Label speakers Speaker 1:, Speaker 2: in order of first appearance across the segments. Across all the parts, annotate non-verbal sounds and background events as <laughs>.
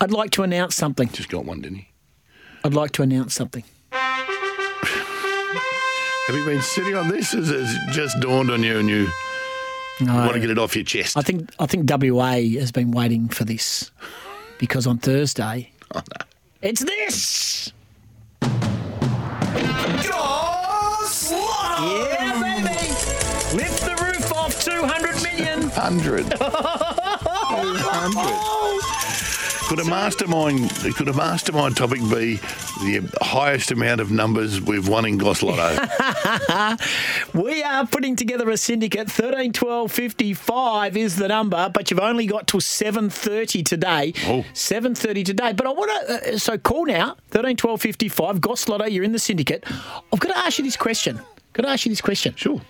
Speaker 1: I'd like to announce something.
Speaker 2: Just got one, didn't he?
Speaker 1: I'd like to announce something.
Speaker 2: Have you been sitting on this? Has it just dawned on you and you want to get it off your chest?
Speaker 1: I think I think WA has been waiting for this because on Thursday it's this. Yeah, baby. Lift the roof off 200 million.
Speaker 2: 100. 200. Could a mastermind could a mastermind topic be the highest amount of numbers we've won in
Speaker 1: <laughs>
Speaker 2: Goss Lotto?
Speaker 1: We are putting together a syndicate. 13, 12, 55 is the number, but you've only got till 7.30 today.
Speaker 2: Oh.
Speaker 1: 7.30 today. But I want to, uh, so call now, 13, 12, 55, Goss Lotto, you're in the syndicate. I've got to ask you this question. Got to ask you this question.
Speaker 2: sure.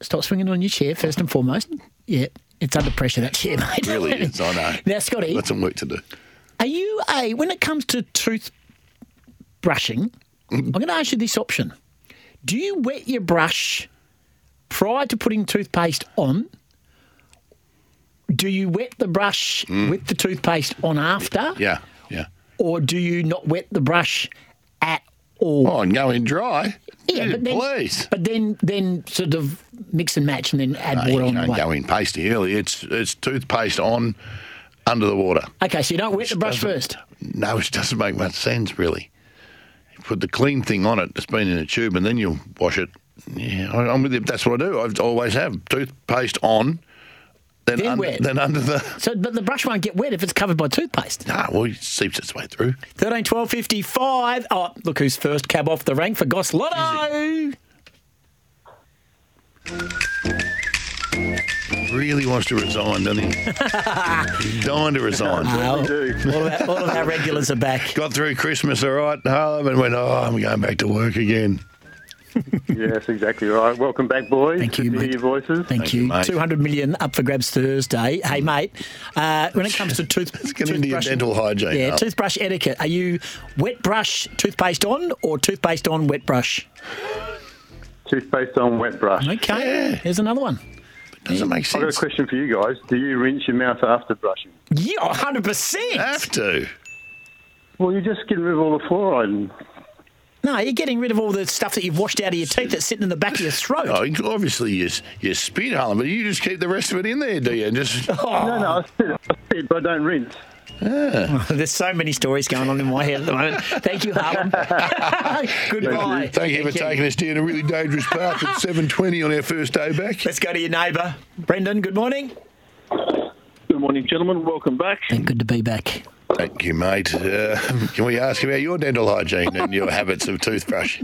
Speaker 1: Stop swinging on your chair, first and foremost. Yeah, it's under pressure, that chair, mate. <laughs>
Speaker 2: Really is, I know.
Speaker 1: Now, Scotty,
Speaker 2: Got some work to do.
Speaker 1: Are you a when it comes to tooth brushing?
Speaker 2: Mm-hmm.
Speaker 1: I'm going to ask you this option: Do you wet your brush prior to putting toothpaste on? Do you wet the brush with the toothpaste on after,
Speaker 2: Mm. Yeah, yeah.
Speaker 1: or do you not wet the brush at all?
Speaker 2: Oh, and going dry. Gee,
Speaker 1: then,
Speaker 2: please.
Speaker 1: but then then sort of mix and match and then add
Speaker 2: You
Speaker 1: water on the
Speaker 2: don't
Speaker 1: way.
Speaker 2: go in pasty early. It's it's toothpaste on under the water.
Speaker 1: Okay, so you don't wet the brush first.
Speaker 2: No, it doesn't make much sense, really. You put the clean thing on it, it's been in a tube, and then you wash it. Yeah, I, I'm with you. That's what I do. I always have toothpaste on, then,
Speaker 1: Then
Speaker 2: under,
Speaker 1: wet.
Speaker 2: then under the.
Speaker 1: So, but the brush won't get wet if it's covered by toothpaste.
Speaker 2: Ah, well, it seeps its way through.
Speaker 1: 13 12 55. Oh, look who's first cab off the rank for Goss Lotto.
Speaker 2: Really wants to resign, doesn't he? He's dying to resign.
Speaker 1: All of, our, all of our regulars are back.
Speaker 2: Got through Christmas, all right, Harlem, and went, oh, I'm going back to work again.
Speaker 3: Yes, exactly right. Welcome back, boys.
Speaker 1: Thank you,
Speaker 3: Good to
Speaker 1: mate.
Speaker 3: hear your voices.
Speaker 1: Thank,
Speaker 2: you,
Speaker 1: you.
Speaker 2: mate.
Speaker 1: 200 million up for grabs Thursday. Hey, mate, uh, when it comes to tooth,
Speaker 2: get into your
Speaker 1: toothbrush-
Speaker 2: dental hygiene,
Speaker 1: Yeah,
Speaker 2: Al.
Speaker 1: toothbrush etiquette. Are you wet brush, toothpaste on, or toothpaste on, wet brush?
Speaker 3: Toothpaste on wet brush.
Speaker 1: Okay,
Speaker 2: Yeah.
Speaker 1: here's another one.
Speaker 2: Doesn't make
Speaker 3: I've got a
Speaker 2: sense.
Speaker 3: question for you guys. Do you rinse your mouth after brushing?
Speaker 1: Yeah, 100%.
Speaker 2: Have to.
Speaker 3: Well, you're just getting rid of all the fluoride. and-
Speaker 1: No, you're getting rid of all the stuff that you've washed out of your teeth that's sitting in the back of your throat.
Speaker 2: Oh, you- obviously you, s- you spit, Harlem, but you just keep the rest of it in there, do you? And just
Speaker 1: Oh.
Speaker 3: No, no, I spit, I spit, but I don't rinse.
Speaker 1: <laughs> There's so many stories going on in my head at the moment. Thank you, <laughs> Harlem. Goodbye.
Speaker 2: Thank you for taking us down a really dangerous path at 7.20 on our first day back.
Speaker 1: Let's go to your neighbour, Brendan. Good morning.
Speaker 3: Good morning, gentlemen. Welcome back.
Speaker 1: And good to be back.
Speaker 2: Thank you, mate. Uh, can we ask about your dental hygiene and your habits of toothbrush?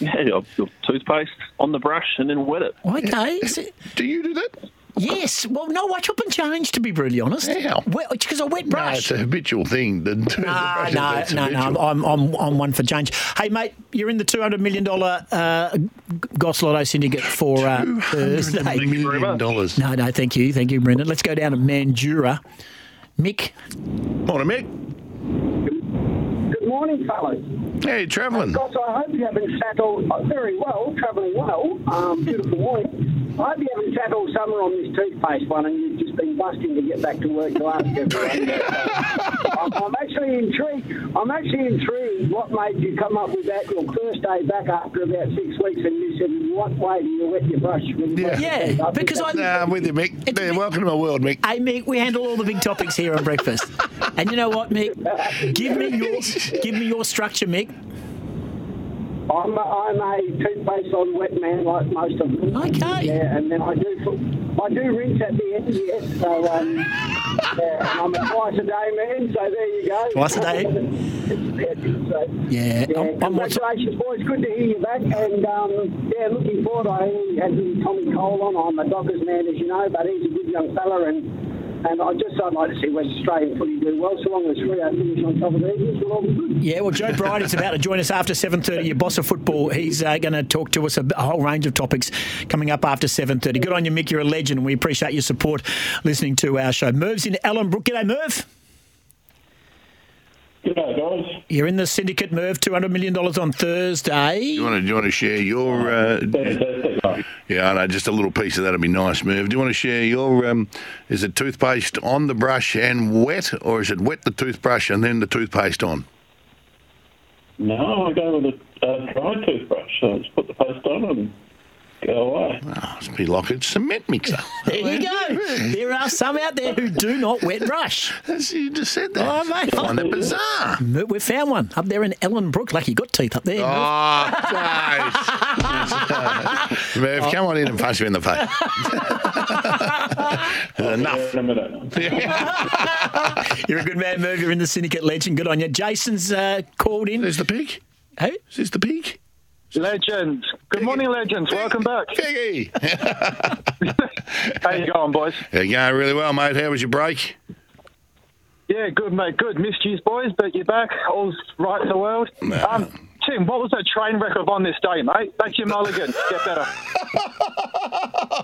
Speaker 4: Yeah, your, your toothpaste on the brush and then wet it.
Speaker 1: Okay. so-
Speaker 2: Do you do that?
Speaker 1: yes. Well, no, watch up and change. To be brutally honest,
Speaker 2: How?
Speaker 1: because I wet
Speaker 2: No, Ah, it's
Speaker 1: brush.
Speaker 2: a habitual thing. The, the
Speaker 1: Ah,
Speaker 2: brush,
Speaker 1: no,
Speaker 2: it's
Speaker 1: no, no,
Speaker 2: habitual.
Speaker 1: I'm, I'm, I'm one for change. Hey, mate, you're in the two hundred million dollar uh, Goss Lotto syndicate for uh, Thursday.
Speaker 2: Million dollars.
Speaker 1: No, no, thank you, thank you, Brendan. Let's go down to Mandura. Mick,
Speaker 2: Morning, Mick.
Speaker 5: Good morning, fellas.
Speaker 2: How you travelling?
Speaker 5: Gosh, I hope you haven't sat all uh, very well, travelling well. Um, beautiful morning. I hope you haven't sat all summer on this toothpaste one and you've just been busting to get back to work to ask everyone. I'm, I'm actually intrigued. I'm actually intrigued. What made you come up with that? Your first day back after about six weeks, and you said, "What way do you wet your brush?" When you
Speaker 2: Yeah.
Speaker 1: Yeah, because I-
Speaker 2: Nah, I'm with you, Mick.
Speaker 1: It's
Speaker 2: Yeah,
Speaker 1: Mick.
Speaker 2: welcome to my world, Mick.
Speaker 1: Hey, Mick, we handle all the big topics here on breakfast. And you know what, Mick? Give me your give me your structure, Mick.
Speaker 5: I'm a, I'm a toothpaste on wet man like most of them.
Speaker 1: Okay.
Speaker 5: Yeah, and then I do I do rinse at the end. Yes. So um, yeah, and I'm a twice a day man. So there you go.
Speaker 1: Twice a
Speaker 5: <laughs>
Speaker 1: day?
Speaker 5: so,
Speaker 1: Yeah, I'm- I'm also-
Speaker 5: congratulations, boys. Good to hear you back. And um, yeah, looking forward. I had Tommy Cole on. I'm a Dockers man, as you know, but he's a good young fella and. And I just I'd like to see West Australian footy do well. So long as Freo finish on top of the Eagles, we'll all be good.
Speaker 1: Yeah, well, Joe Bride is about to join us after 7.30, your boss of football. He's uh, going to talk to us a, a whole range of topics coming up after 7.30. Good on you, Mick. You're a legend, and we appreciate your support listening to our show. Merv's in Allenbrook. G'day, Merv.
Speaker 6: G'day, guys.
Speaker 1: You're in the syndicate, Merv. $200 million on Thursday.
Speaker 2: Do you want to, do you want to share your? Uh,
Speaker 6: Fantastic. mate.
Speaker 2: yeah, I know. Just a little piece of that'd be nice, Merv. Do you want to share your? Um, is it toothpaste on the brush and wet, or is it wet the toothbrush and then the toothpaste on?
Speaker 6: No, I go with a uh, dry toothbrush. So I just put the paste on and go away.
Speaker 2: Oh, it's be like a cement mixer.
Speaker 1: <laughs> There you go. There are some out there who do not wet brush.
Speaker 2: That's, you just said that.
Speaker 1: Oh, mate.
Speaker 2: I find that
Speaker 1: <laughs>
Speaker 2: bizarre.
Speaker 1: Merv, we found one up there in Ellenbrook. Lucky you got teeth up there. Merv.
Speaker 2: Oh, no. Merv, come on in and punch me in
Speaker 1: <laughs>
Speaker 2: the face.
Speaker 6: Yeah,
Speaker 2: Enough.
Speaker 6: in a minute.
Speaker 1: You're a good man, Merv. You're in the syndicate legend. Good on you. Jason's uh, called in.
Speaker 2: <laughs> There's the pig.
Speaker 1: Hey?
Speaker 2: Is this the pig?
Speaker 3: Legends. Good morning, legends. Welcome back.
Speaker 2: Piggy.
Speaker 3: How you going, boys?
Speaker 2: You're going really well, mate. How was your break?
Speaker 3: Yeah, good, mate. Good. Missed you, boys, but you're back. All's right in the world. Um, Tim, what was that train wreck of on this day, mate? That's your mulligan. Get better.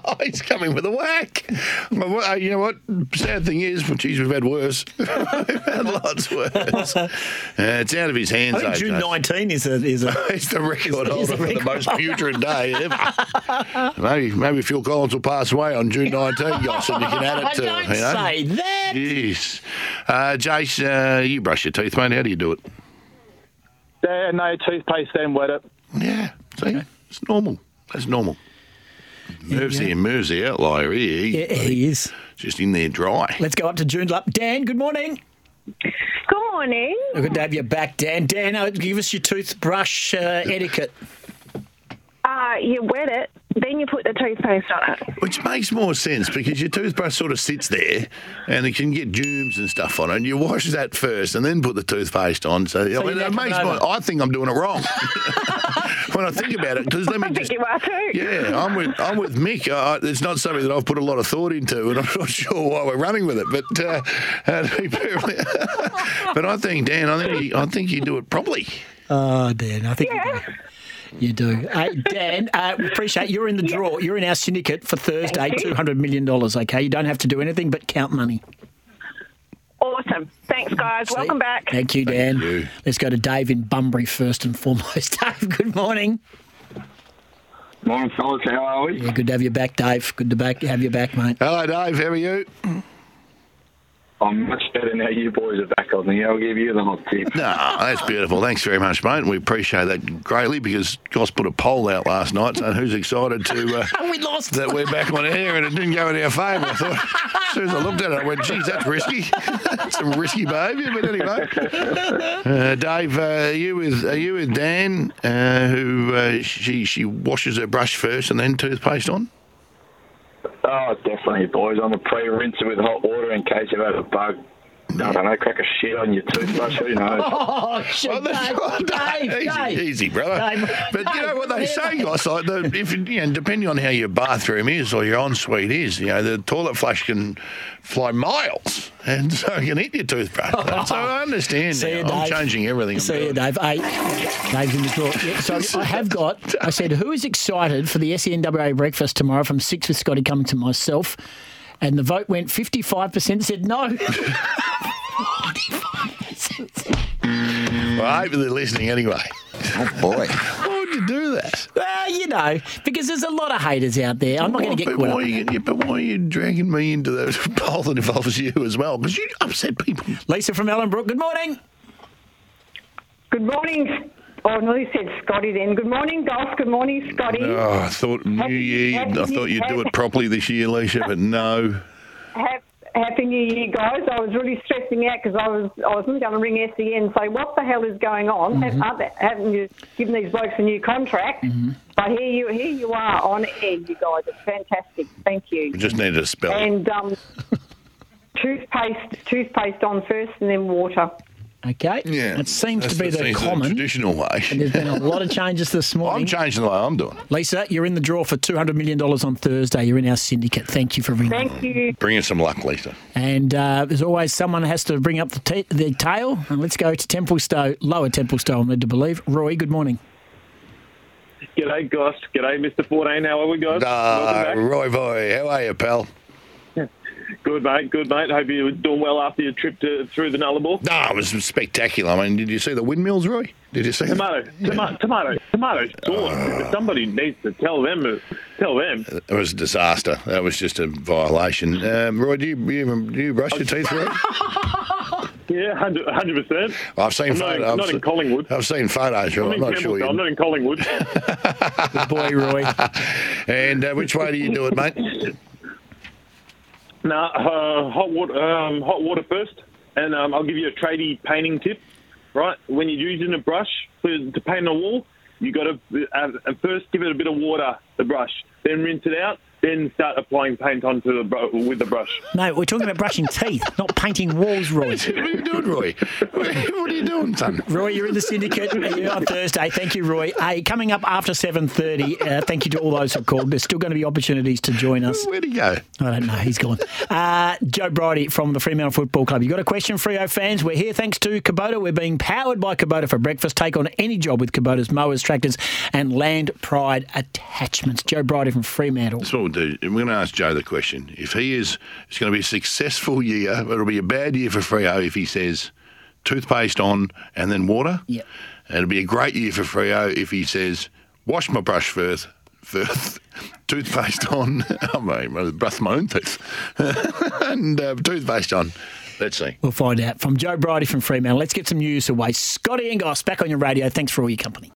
Speaker 2: Oh, he's coming with a whack. Well, what- uh, you know what? Sad thing is, well, geez, we've had worse. <laughs> we've had lots worse. Uh, it's out of his hands.
Speaker 1: I think
Speaker 2: though,
Speaker 1: June
Speaker 2: Jase.
Speaker 1: 19 is a, is a
Speaker 2: It's the record holder
Speaker 1: It's the
Speaker 2: for the
Speaker 1: record
Speaker 2: most putrid day ever.
Speaker 1: <laughs>
Speaker 2: maybe, maybe Phil Collins will pass away on June 19, Goss, and you can <laughs>
Speaker 1: <laughs>
Speaker 2: add it to
Speaker 1: Don't
Speaker 2: you know?
Speaker 1: say that.
Speaker 2: Yes. Uh, Jace, uh, you brush your teeth, mate. How do you do it?
Speaker 3: Yeah, no toothpaste, then wet it.
Speaker 2: Yeah. See, it's normal. That's normal. Merv's here. Merv's the outlier here. He-
Speaker 1: Yeah, he is.
Speaker 2: Just in there dry.
Speaker 1: Let's go up to June. Lup. Dan, good morning.
Speaker 7: Good morning.
Speaker 1: Good to have you back, Dan. Dan, uh, give us your toothbrush uh, etiquette.
Speaker 7: Uh, you wet it, then you put the toothpaste on it.
Speaker 2: Which makes more sense because your toothbrush sort of sits there and it can get germs and stuff on it. You wash that first and then put the toothpaste on. So, I, mean,
Speaker 1: now
Speaker 2: it
Speaker 1: come
Speaker 2: makes
Speaker 1: over.
Speaker 2: more, I think I'm doing it wrong <laughs> when I think about it. Because let me <laughs>
Speaker 7: I
Speaker 2: just.
Speaker 7: think you are too.
Speaker 2: Yeah, I'm with I'm with Mick. Uh, it's not something that I've put a lot of thought into, and I'm <laughs> not sure why we're running with it. But uh, <laughs> uh, to be perfectly- <laughs> but I think Dan, I think you, I think you do it properly.
Speaker 1: <laughs> Oh, Dan, I think
Speaker 7: Yeah.
Speaker 1: you do. You do. Uh, Dan, uh, we appreciate you're in the draw. You're in our syndicate for Thursday,
Speaker 7: Thank you.
Speaker 1: $200 million, okay? You don't have to do anything but count money.
Speaker 7: Awesome. Thanks, guys. Welcome back.
Speaker 1: Thank you, Dan.
Speaker 2: you.
Speaker 1: Let's go to Dave in Bunbury first and foremost. <laughs> Dave, good morning.
Speaker 3: Morning, fellas. How are we?
Speaker 1: Yeah, good to have you back, Dave. Good to back have you back, mate.
Speaker 2: Hello, Dave. How are you?
Speaker 3: I'm much better now you boys are back on the I'll give you the hot tip.
Speaker 2: No, that's beautiful. Thanks very much, mate. We appreciate that greatly because Goss put a poll out last night saying who's excited to uh,
Speaker 1: Oh, We lost.
Speaker 2: that we're back on air and it didn't go in our favour. I thought as soon as I looked at it, I went, "Geez, that's risky. Some risky behaviour." But anyway, uh, Dave, uh, are you with are you with Dan, uh, who uh, she she washes her brush first and then toothpaste on?
Speaker 3: Oh, definitely, boys. I'm a pre-rinser with hot water in case you've had a bug. I don't know, crack a shit on your toothbrush. Who knows?
Speaker 1: Oh, shit,
Speaker 2: Well, that's
Speaker 1: Dave,
Speaker 2: right,
Speaker 1: Dave,
Speaker 2: <laughs> Dave.
Speaker 1: Dave.
Speaker 2: Easy, easy, brother.
Speaker 1: Dave,
Speaker 2: but you know
Speaker 1: Dave,
Speaker 2: what they
Speaker 1: yeah.
Speaker 2: say, guys. Like the, if you, you know, depending on how your bathroom is or your ensuite is, you know, the toilet flush can fly miles, and so it can eat your
Speaker 1: <laughs>
Speaker 2: toothbrush. so I understand.
Speaker 1: See
Speaker 2: now.
Speaker 1: you,
Speaker 2: I'm
Speaker 1: Dave.
Speaker 2: changing everything. I'm
Speaker 1: See you,
Speaker 2: doing.
Speaker 1: Dave. Hey, Dave's in the draw. Yeah,
Speaker 2: <laughs>
Speaker 1: so I have got, I said, who is excited for the E SENWA breakfast tomorrow from 6 with Scotty coming to myself? And the vote went 55% said no. <laughs> 45% said-
Speaker 2: Well, I hope they're listening anyway.
Speaker 8: Oh boy.
Speaker 2: Why would you do that?
Speaker 1: well, you know, because there's a lot of haters out there. I'm not going to get caught
Speaker 2: but why,
Speaker 1: up.
Speaker 2: are you, yeah, but why are you dragging me into the <laughs> hole that involves you as well? Because you upset people.
Speaker 1: Lisa from Ellenbrook, good morning.
Speaker 8: Good morning. Oh, I nearly said Scotty then. Good morning, Golf. Good morning, Scotty.
Speaker 2: Oh, I thought New
Speaker 8: Happy-
Speaker 2: Year. I
Speaker 8: happy
Speaker 2: thought you'd do
Speaker 8: New
Speaker 2: it properly this year, Leisha, but no.
Speaker 8: Hap- Happy New Year, guys. I was really stressing out because I was I wasn't going to ring SEN and say what the hell is going on?
Speaker 2: Mm-hmm.
Speaker 8: Have- aren't they- Haven't you given these blokes a new contract? But here you here you are on air, you guys. It's fantastic. Thank you.
Speaker 2: We just need to spell it.
Speaker 8: And um, toothpaste toothpaste on first, and then water.
Speaker 1: Okay.
Speaker 2: Yeah.
Speaker 1: It seems
Speaker 2: That's
Speaker 1: to be
Speaker 2: the-
Speaker 1: the
Speaker 2: seems
Speaker 1: common.
Speaker 2: traditional
Speaker 1: There's
Speaker 2: way.
Speaker 1: been a lot of changes this
Speaker 2: <laughs> I'm
Speaker 1: morning.
Speaker 2: changing the way I'm doing it.
Speaker 1: Lisa, you're in the draw for $200 million on Thursday. You're in our syndicate. Thank you for ringing.
Speaker 8: Thank you.
Speaker 2: Bring us some luck, Lisa.
Speaker 1: And uh, as always, someone has to bring up the, t- the tail. And let's go to Templestowe, Lower Templestowe, I'm led to believe. Roy, good morning.
Speaker 3: G'day, Goss. G'day, Mr. 14. How are we, guys?
Speaker 2: Ah,
Speaker 3: Welcome
Speaker 2: Roy Boy, how are you, pal?
Speaker 3: back. Good, mate. Good, mate. Hope you're doing well after your trip to, through the Nullarbor.
Speaker 2: No, it was spectacular. I mean, did you see the windmills, Roy? Did you see them?
Speaker 3: Tomato, tomato, tomato, tomato. Gone.
Speaker 2: Uh.
Speaker 3: Somebody needs to tell them. uh, Tell them.
Speaker 2: It was a disaster. That was just a violation. Um, Roy, do you, you, do you brush your teeth, Roy?
Speaker 3: Yeah, hundred percent.
Speaker 2: I've seen
Speaker 3: I'm not in-
Speaker 2: photos.
Speaker 3: not in Collingwood.
Speaker 2: I've seen photos. Roy.
Speaker 3: I'm
Speaker 2: I'm,
Speaker 3: in
Speaker 2: not sure.
Speaker 3: Campbelltown. I'm
Speaker 2: You,
Speaker 3: not in Collingwood.
Speaker 1: Good boy, <laughs> Roy.
Speaker 2: and uh, which way do you do it, mate?
Speaker 3: nah, uh, hot water. Um, hot water first, and um, I'll give you a tradie painting tip. Right, when you're using a brush for, to paint a wall, you got to uh, first give it a bit of water, the brush, then rinse it out, then start applying paint onto the bro- with the brush.
Speaker 1: No, we're talking about brushing teeth, not painting walls, Roy.
Speaker 2: <laughs> what are you doing, Roy? <laughs> What are you doing, son?
Speaker 1: Roy, you're in the
Speaker 2: <laughs>
Speaker 1: syndicate You're on Thursday. Thank you, Roy. Hey, coming up after 7.30, uh, thank you to all those who called. There's still going to be opportunities to join us.
Speaker 2: Where'd he go?
Speaker 1: I don't know. He's gone. <laughs> Uh, Joe Bridie from the Fremantle Football Club. You got a question, Frio fans? We're here thanks to Kubota. We're being powered by Kubota for breakfast. Take on any job with Kubota's mowers, tractors, and land pride attachments. Joe Bridie from Fremantle.
Speaker 2: That's what we'll do. We're going to ask Joe the question. If he is, it's going to be a successful year, but it'll be a bad year for Frio if he says toothpaste on and then water.
Speaker 1: Yep.
Speaker 2: And it'll be a great year for Frio if he says wash my brush first, first <laughs> toothpaste on. <laughs> I mean, brush my own teeth <laughs> and uh, toothpaste on. Let's see.
Speaker 1: We'll find out from Joe Bridie from Fremantle. Let's get some news away. Scotty and Goss back on your radio. Thanks for all your company.